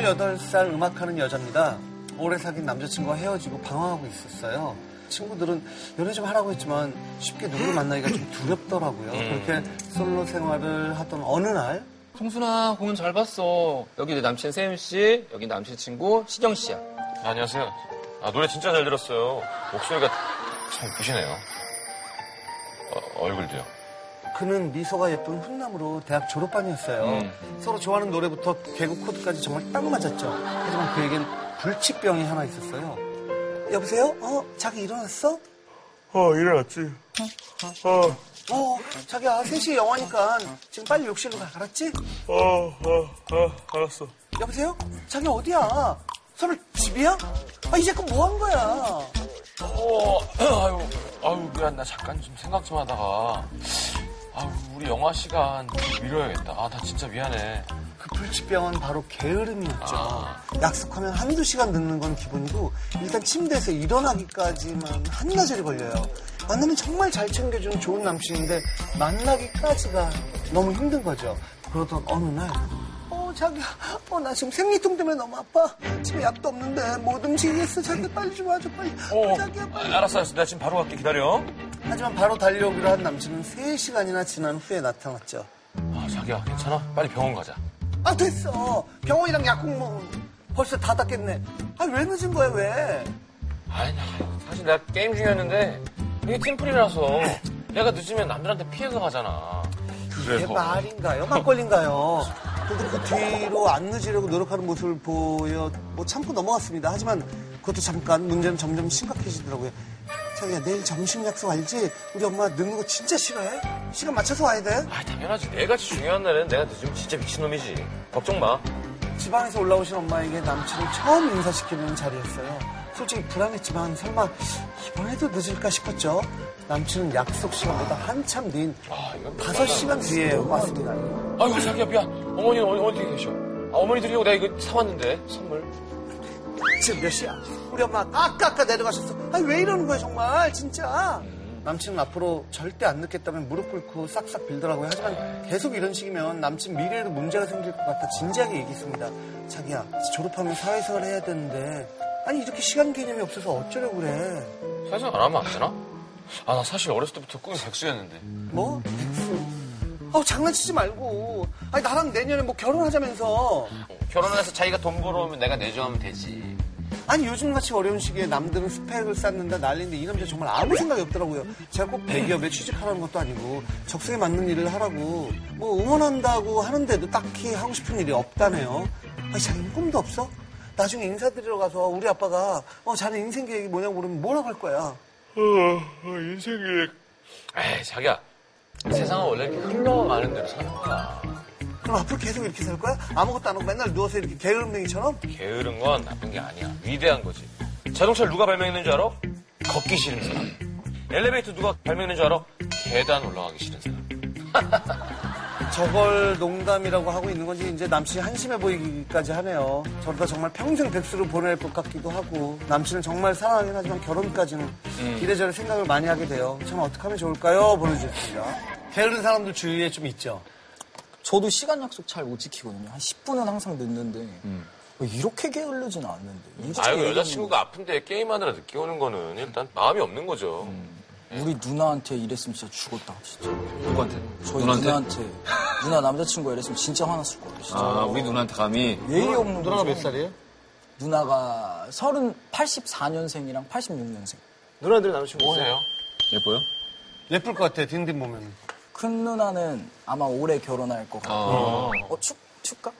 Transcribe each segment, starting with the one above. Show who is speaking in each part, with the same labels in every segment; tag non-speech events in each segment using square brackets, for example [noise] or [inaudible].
Speaker 1: 28살 음악하는 여자입니다. 오래 사귄 남자친구와 헤어지고 방황하고 있었어요. 친구들은 연애 좀 하라고 했지만 쉽게 누구를 만나기가 좀 두렵더라고요. 그렇게 솔로 생활을 하던 어느 날
Speaker 2: 송순아 공연 잘 봤어. 여기 내 남친 세윤 씨, 여기 남친 친구 시경 씨야.
Speaker 3: 안녕하세요. 아, 노래 진짜 잘 들었어요. 목소리가 참 이쁘시네요. 어, 얼굴도요.
Speaker 1: 그는 미소가 예쁜 훈남으로 대학 졸업반이었어요. 서로 좋아하는 노래부터 개그 코드까지 정말 딱 맞았죠. 하지만 그에겐 불치병이 하나 있었어요. 여보세요? 어, 자기 일어났어?
Speaker 4: 어, 일어났지. 어,
Speaker 1: 어, 자기야, 3시 영화니까 지금 빨리 욕실로 가, 알았지?
Speaker 4: 어, 어, 어, 알았어.
Speaker 1: 여보세요? 자기 어디야? 서울 집이야? 아, 이제껏 뭐 한 거야?
Speaker 3: 어, [clears throat] 아유, 아유, 미안. 나 잠깐 좀 생각 좀 하다가. 아유, 우리 영화 시간 미뤄야겠다. 아, 나 진짜 미안해.
Speaker 1: 그 불치병은 바로 게으름이었죠. 약속하면 한두 시간 늦는 건 기본이고, 일단 침대에서 일어나기까지만 한나절이 걸려요. 만나면 정말 잘 챙겨주는 좋은 남친인데, 만나기까지가 너무 힘든 거죠. 그러던 어느 날, 어, 자기야, 어, 나 지금 생리통 때문에 너무 아파. 집에 약도 없는데, 못 움직이겠어. 자기야, 빨리 좀 와줘, 빨리.
Speaker 3: 어,
Speaker 1: 자기야,
Speaker 3: 아,
Speaker 1: 빨리.
Speaker 3: 알았어, 알았어. 나 지금 바로 갈게. 기다려.
Speaker 1: 하지만 바로 달려오기로 한 남친은 3시간이나 지난 후에 나타났죠.
Speaker 3: 아, 자기야, 괜찮아? 빨리 병원 가자.
Speaker 1: 아, 됐어. 병원이랑 약국 먹 벌써 다 닦겠네. 아, 왜 늦은 거야, 왜?
Speaker 3: 아니, 나 사실 내가 게임 중이었는데, 이게 팀플이라서, 내가 늦으면 남들한테 피해서 가잖아.
Speaker 1: 그게 말인가요? 막걸리인가요? 그래도 그 뒤로 안 늦으려고 노력하는 모습을 보여 뭐 참고 넘어갔습니다. 하지만 그것도 잠깐 문제는 점점 심각해지더라고요. 자기야, 내일 점심 약속 알지? 우리 엄마 늦는 거 진짜 싫어해? 시간 맞춰서 와야 돼?
Speaker 3: 아, 당연하지. 내가 중요한 날에는 내가 늦으면 진짜 미친놈이지. 걱정 마.
Speaker 1: 지방에서 올라오신 엄마에게 남친을 처음 인사시키는 자리였어요. 솔직히 불안했지만 설마 이번에도 늦을까 싶었죠. 남친은 약속 시간보다 한참 뒤인
Speaker 3: 아, 이건
Speaker 1: 다섯 시간 뒤에 왔습니다.
Speaker 3: 아이고, 자기야, 미안. 어머니는 어디, 어디 계셔? 아, 어머니 드리려고 내가 이거 사왔는데, 선물.
Speaker 1: 지금 몇 시야? 우리 엄마 아까 아까 내려가셨어. 아니 왜 이러는 거야 정말 진짜. 남친은 앞으로 절대 안 늦겠다면 무릎 꿇고 싹싹 빌더라고요. 하지만 계속 이런 식이면 남친 미래에도 문제가 생길 것 같아 진지하게 얘기했습니다. 자기야 졸업하면 사회생활 해야 되는데 아니 이렇게 시간 개념이 없어서 어쩌려고 그래.
Speaker 3: 사진 안 하면 안 되나? 아, 나 사실 어렸을 때부터 꿈이 백수였는데.
Speaker 1: 뭐? [laughs] 백수. 아우 장난치지 말고. 아니 나랑 내년에 뭐 결혼하자면서.
Speaker 3: 결혼을 해서 자기가 돈 벌어오면 내가 내조하면 되지.
Speaker 1: 아니 요즘같이 어려운 시기에 남들은 스펙을 쌓는다 난리인데 이 남자 정말 아무 생각이 없더라고요. 제가 꼭 대기업에 취직하라는 것도 아니고 적성에 맞는 일을 하라고 뭐 응원한다고 하는데도 딱히 하고 싶은 일이 없다네요. 아니 자기는 꿈도 없어? 나중에 인사드리러 가서 우리 아빠가 어 자네 인생 계획이 뭐냐고 물으면 뭐라고 할 거야?
Speaker 4: 어, 어 인생 계획.
Speaker 3: 에이, 자기야. 세상은 원래 이렇게 흥겨가 많은 대로 사는 거야.
Speaker 1: 그럼 앞으로 계속 이렇게 살 거야? 아무것도 안 하고 맨날 누워서 이렇게 게으름뱅이처럼?
Speaker 3: 게으른 건 나쁜 게 아니야. 위대한 거지. 자동차를 누가 발명했는 줄 알아? 걷기 싫은 사람. 엘리베이터 누가 발명했는 줄 알아? 계단 올라가기 싫은 사람.
Speaker 1: 저걸 농담이라고 하고 있는 건지 이제 남친이 한심해 보이기까지 하네요. 저러다 정말 평생 백수를 보낼 것 같기도 하고 남친은 정말 사랑하긴 하지만 결혼까지는 이래저래 생각을 많이 하게 돼요. 참 어떻게 하면 좋을까요? 보내주셨습니다. 게으른 사람들 주위에 좀 있죠.
Speaker 5: 저도 시간 약속 잘 못 지키거든요. 한 10분은 항상 늦는데 왜 이렇게 게을르진 않는데. 이렇게
Speaker 3: 아유,
Speaker 5: 게으른
Speaker 3: 여자친구가 아픈데 게임하느라 늦게 오는 거는 일단 마음이 없는 거죠.
Speaker 5: 거. 우리 누나한테 이랬으면 진짜 죽었다 진짜.
Speaker 6: 누구한테?
Speaker 5: 저희 누나한테 누나 남자친구가 이랬으면 진짜 화났을 거예요. 진짜
Speaker 6: 아, 우리 누나한테 감히.
Speaker 5: 예의 없는 거죠.
Speaker 1: 살이에요?
Speaker 5: 누나가 서른 84년생이랑 86년생.
Speaker 1: 누나들 남친구
Speaker 3: 보세요.
Speaker 6: 예뻐요?
Speaker 1: 예쁠 것 같아, 딘딘 보면.
Speaker 5: 큰 누나는 아마 올해 결혼할 것 같고. 어, 축 축가?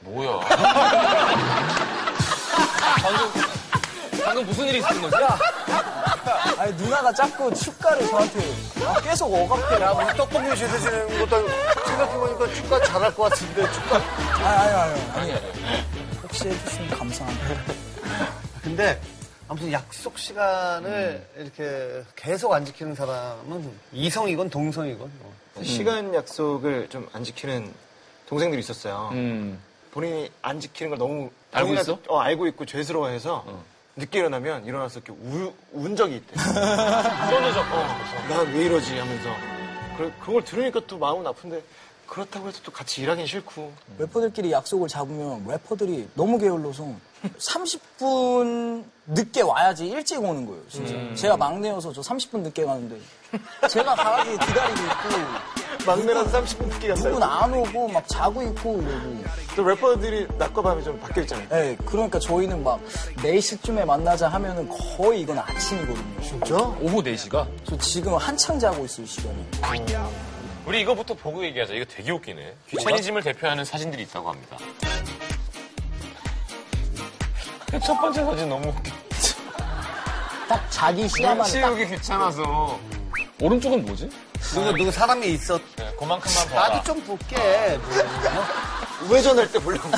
Speaker 3: 뭐야. 방금, 방금 무슨 일이 있었던 거지?
Speaker 5: 아니 누나가 자꾸 축가를 저한테 아, 계속
Speaker 1: 야,
Speaker 5: 억압해라고.
Speaker 1: 우리 떡볶이 제사 지내는 것도 아니고 생각해보니까 축가 잘할 것 같은데 축가.
Speaker 5: 아니 아니 아니. 아니 혹시 해주시면 감사합니다.
Speaker 1: 근데 아무튼 약속 시간을 이렇게 계속 안 지키는 사람은 이성이건 동성이건 뭐.
Speaker 7: 시간 약속을 좀 안 지키는 동생들이 있었어요. 본인이 안 지키는 걸 너무
Speaker 3: 음. 알고
Speaker 7: 본인한테-
Speaker 3: 있어? 어.
Speaker 7: 어 알고 있고 죄스러워해서 늦게 일어나면 일어나서 이렇게 우, 운
Speaker 3: [laughs]
Speaker 7: 적이 있대.
Speaker 3: 손을 잡고.
Speaker 7: 나 왜 이러지 하면서. 그, 그걸 들으니까 또 마음은 아픈데 그렇다고 해서 또 같이 일하긴 싫고
Speaker 5: 래퍼들끼리 약속을 잡으면 래퍼들이 너무 게을러서 30분 늦게 와야지 일찍 오는 거예요, 진짜. 제가 막내여서 저 30분 늦게 가는데 제가 가가지고 기다리고 있고
Speaker 7: 막내라서 30분 늦게
Speaker 5: 누군
Speaker 7: 갔어요.
Speaker 5: 안 오고 막 자고 있고 이러고
Speaker 7: 또 래퍼들이 낮과 밤이 좀 바뀌어 있잖아요.
Speaker 5: 예, 그러니까 저희는 막 4시쯤에 만나자 하면은 거의 이건 아침이거든요.
Speaker 7: 진짜?
Speaker 6: 오후 4시가?
Speaker 5: 저 지금 한창 자고 있을 시간이에요.
Speaker 3: 우리 이거부터 보고 얘기하자. 이거 되게 웃기네. 귀차니즘을 대표하는 사진들이 있다고 합니다. 그 첫 번째 사진 너무 웃겨.
Speaker 5: 딱 자기 시간만 딱
Speaker 3: 치우기 귀찮아서.
Speaker 6: 오른쪽은 뭐지?
Speaker 1: 누구 누구 사람이 있어.
Speaker 3: 음. 네, 그만큼만 봐라.
Speaker 1: 나도 좀 볼게.
Speaker 7: 우회전할 때 보려고.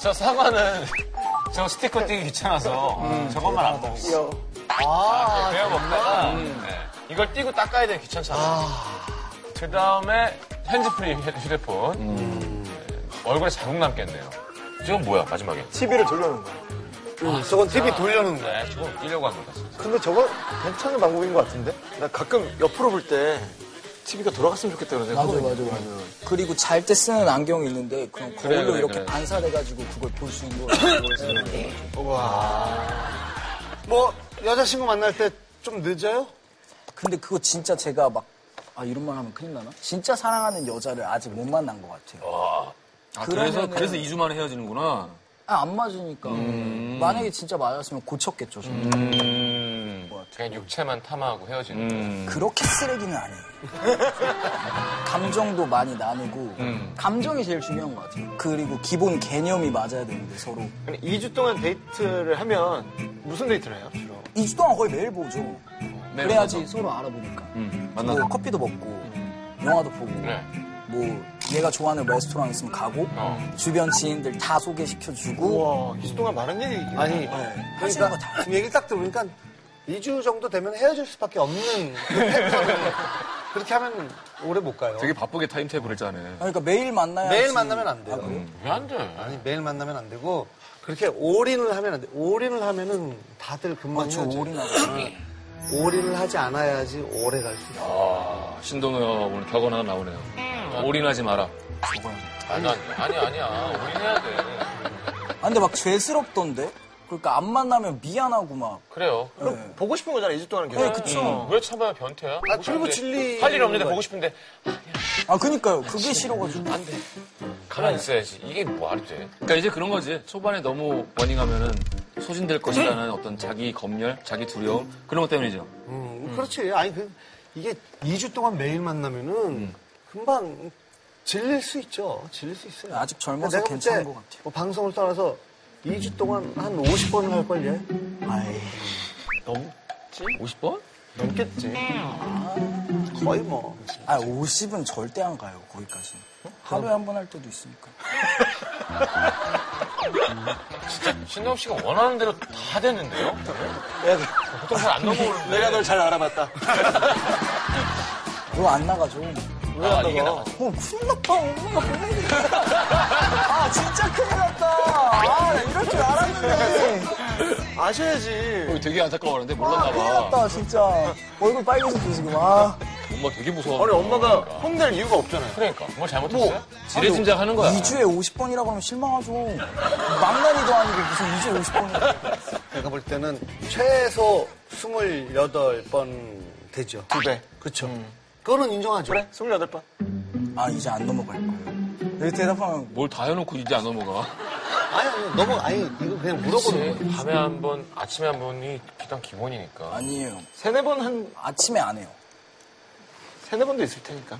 Speaker 3: 저 사과는 [laughs] 저 스티커 띄기 귀찮아서 저것만 안 먹고. 아, 배워 먹다가 네, 이걸 띄고 닦아야 돼 귀찮잖아. 그 다음에 핸즈프리 휴- 휴대폰. 네, 얼굴에 자국 남겠네요. 지금 뭐야 마지막에?
Speaker 7: TV를 돌려놓은 거야.
Speaker 1: 저건 TV 돌려놓은 거야.
Speaker 3: 네, 저거 웃기려고 한 거다 진짜.
Speaker 7: 근데 저거 괜찮은 방법인 것 같은데? 나 가끔 옆으로 볼 때 TV가 돌아갔으면 좋겠다 그런 생각.
Speaker 5: 맞아 맞아 맞아. 그리고 잘 때 쓰는 안경이 있는데 그럼 거울로
Speaker 2: 그래,
Speaker 5: 이렇게
Speaker 2: 그래.
Speaker 5: 반사돼가지고 그걸 볼 수 있는 거예요.
Speaker 1: 뭐 여자친구 만날 때 좀 늦어요?
Speaker 5: 근데 그거 진짜 제가 막, 아, 이런 말 하면 큰일 나나? 진짜 사랑하는 여자를 아직 못 만난 것 같아요.
Speaker 6: 아,
Speaker 5: 그러면은-
Speaker 6: 그래서, 그래서 2주 만에 헤어지는구나.
Speaker 5: 아, 안 맞으니까.
Speaker 6: 음.
Speaker 5: 만약에 진짜 맞았으면 고쳤겠죠, 저는.
Speaker 3: 그냥 육체만 탐하고 헤어지는.
Speaker 5: 그렇게 쓰레기는
Speaker 6: [laughs]
Speaker 5: 아니에요. 감정도 많이 나누고,
Speaker 6: 음.
Speaker 5: 감정이 제일 중요한 것 같아요. 그리고 기본 개념이 맞아야 되는데, 서로.
Speaker 7: 근데 2주 동안 데이트를 하면 무슨 데이트를 해요? 주로?
Speaker 5: 2주 동안 거의 매일 보죠.
Speaker 6: 매일 음,
Speaker 5: 그래야지 서로 알아보니까.
Speaker 6: 만나서. 음.
Speaker 5: 뭐 커피도 먹고, 영화도 보고,
Speaker 3: 그래.
Speaker 5: 뭐 얘가 좋아하는 레스토랑 있으면 가고,
Speaker 6: 어.
Speaker 5: 주변 지인들 다 소개시켜주고,
Speaker 7: 우와, 2주 동안 많은 얘기.
Speaker 1: 아니
Speaker 5: 네. 하시는 거
Speaker 6: 뭐
Speaker 1: 그러니까
Speaker 5: 다.
Speaker 1: 지금 얘기를 딱 들으니까 2주 정도 되면 헤어질 수밖에 없는 그 패턴을 그렇게 하면 오래 못 가요.
Speaker 6: 되게 바쁘게 타임테이블을 짜네.
Speaker 5: 그러니까 매일 아, 만나야
Speaker 1: 매일 만나면
Speaker 5: 음.
Speaker 1: 안 돼요.
Speaker 3: 왜 안 돼?
Speaker 1: 아니 매일 만나면 안 되고 그렇게 올인을 하면 안 돼. 올인을 하면은 다들 금방
Speaker 5: 맞죠,
Speaker 1: 헤어져요. 네.
Speaker 5: 올인하고.
Speaker 1: 올인을 하지 않아야지 오래 갈 수 있어.
Speaker 6: 아, 신동엽 오늘 격언 하나 나오네요. 올인하지 마라.
Speaker 3: 아니, 아니, 아니야. 우린 해야 돼.
Speaker 5: 아, 근데 막 죄스럽던데? 그러니까 안 만나면 미안하고 막.
Speaker 3: 그래요.
Speaker 7: 그럼 보고 싶은 거잖아, 2주
Speaker 1: 예.
Speaker 7: 동안은 계속.
Speaker 5: 네, 그쵸.
Speaker 3: 음, 왜 참아요, 변태야? 보고
Speaker 1: 그리고
Speaker 3: 싶은데,
Speaker 1: 진리-
Speaker 3: 할 일 없는데 보고 싶은데
Speaker 5: 아, 그니까요. 그게 싫어가지고. 안 돼.
Speaker 3: 가만히 있어야지. 이게 말이 돼?
Speaker 6: 그러니까 이제 그런 거지. 초반에 너무 워닝하면은 소진될 것이라는 어떤 자기 검열, 자기 두려움 그런 것 때문이죠.
Speaker 1: 음, 그렇지. 아니 그 이게 2주 동안 매일 만나면은 금방 질릴 수 있죠. 질릴 수 있어요.
Speaker 5: 아직 젊어서
Speaker 1: 내가 볼
Speaker 5: 괜찮은
Speaker 1: 때
Speaker 5: 것 같아요.
Speaker 1: 뭐 방송을 떠나서 2주 동안 한 50번을 할걸 얘.
Speaker 5: 아이.
Speaker 6: 50번?
Speaker 7: 넘겠지.
Speaker 1: 아. 거의 뭐.
Speaker 5: 아, 50은 절대 안 가요, 거기까지. 하루에 한 번 할 때도 있으니까.
Speaker 3: 신동엽 씨가 원하는 대로 다 됐는데요? 보통 잘 안 넘어오는데.
Speaker 7: 내가 널 잘 알아봤다.
Speaker 5: 그거 안 나가죠.
Speaker 3: 아, 이게 나가.
Speaker 5: 어, 큰일 났다. 엄마가 보내야 다 아, 진짜 큰일 났다. 아, 나 이럴 줄 알았는데.
Speaker 7: 아셔야지.
Speaker 6: 되게 안타까워하는데
Speaker 5: 아,
Speaker 6: 몰랐나
Speaker 1: 어.
Speaker 5: 큰일
Speaker 6: 봐.
Speaker 5: 났다, 진짜. 얼굴 빨개졌어, 지금. 아.
Speaker 6: 엄마 되게 무서워.
Speaker 7: 아니, 엄마가 혼낼 이유가 없잖아요.
Speaker 3: 그러니까. 뭘
Speaker 6: 뭐,
Speaker 3: 잘못했어요?
Speaker 6: 지레짐작하는 거야.
Speaker 5: 2주에 50번이라고 하면 실망하죠. 망나니도 아니고 무슨 2주에 50번이라고.
Speaker 1: 내가 볼 때는 최소 28번 되죠.
Speaker 7: 두 배. 음.
Speaker 1: 그렇죠. 그거는 인정하죠.
Speaker 7: 그래, 28번.
Speaker 5: 아, 이제 안 넘어갈 거예요. 이렇게 대답하면
Speaker 6: 뭘 다 해놓고 이제 안 넘어가.
Speaker 1: 아니, 아니, 너무, 아니, 이거 그냥 물어보는 거예요.
Speaker 3: 밤에 한 번, 아침에 한 번이 일단 기본이니까.
Speaker 5: 아니에요.
Speaker 7: 세네 번 한,
Speaker 5: 아침에 안 해요.
Speaker 7: 세네 번도 있을 테니까.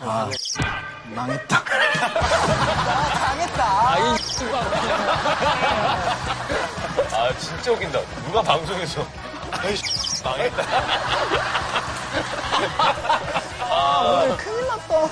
Speaker 5: 망했다. 아, 당했다.
Speaker 3: 아, 진짜 웃긴다. 누가 방송에서. 아이씨,
Speaker 5: [laughs]
Speaker 3: 망했다.
Speaker 5: 아, 오늘 큰일 났다.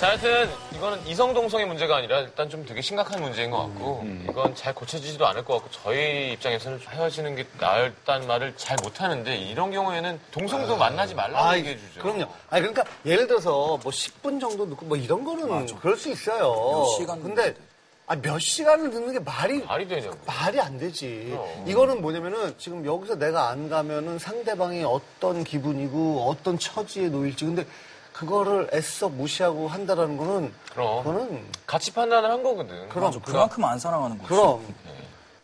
Speaker 3: 자, 하여튼, 이거는 이성동성의 문제가 아니라 일단 좀 되게 심각한 문제인 것 같고,
Speaker 1: 음,
Speaker 3: 이건 잘 고쳐지지도 않을 것 같고, 저희 입장에서는 헤어지는 게 나을단 말을 잘 못하는데, 이런 경우에는 동성도 만나지 말라고
Speaker 1: 아,
Speaker 3: 얘기해주죠.
Speaker 1: 그럼요. 아니, 그러니까, 예를 들어서, 뭐, 10분 정도 넣고, 뭐, 이런 거는 그럴 수 있어요.
Speaker 5: 몇 시간
Speaker 1: 근데, 아, 몇 시간을 듣는 게 말이,
Speaker 3: 말이 되냐고.
Speaker 1: 말이 안 되지. 이거는 뭐냐면은, 지금 여기서 내가 안 가면은 상대방이 어떤 기분이고, 어떤 처지에 놓일지. 근데, 그거를 애써 무시하고 한다라는 거는
Speaker 3: 그럼.
Speaker 1: 그거는
Speaker 3: 같이 판단을 한 거거든.
Speaker 1: 그럼
Speaker 5: 그만큼 안 사랑하는 거죠.
Speaker 1: 그럼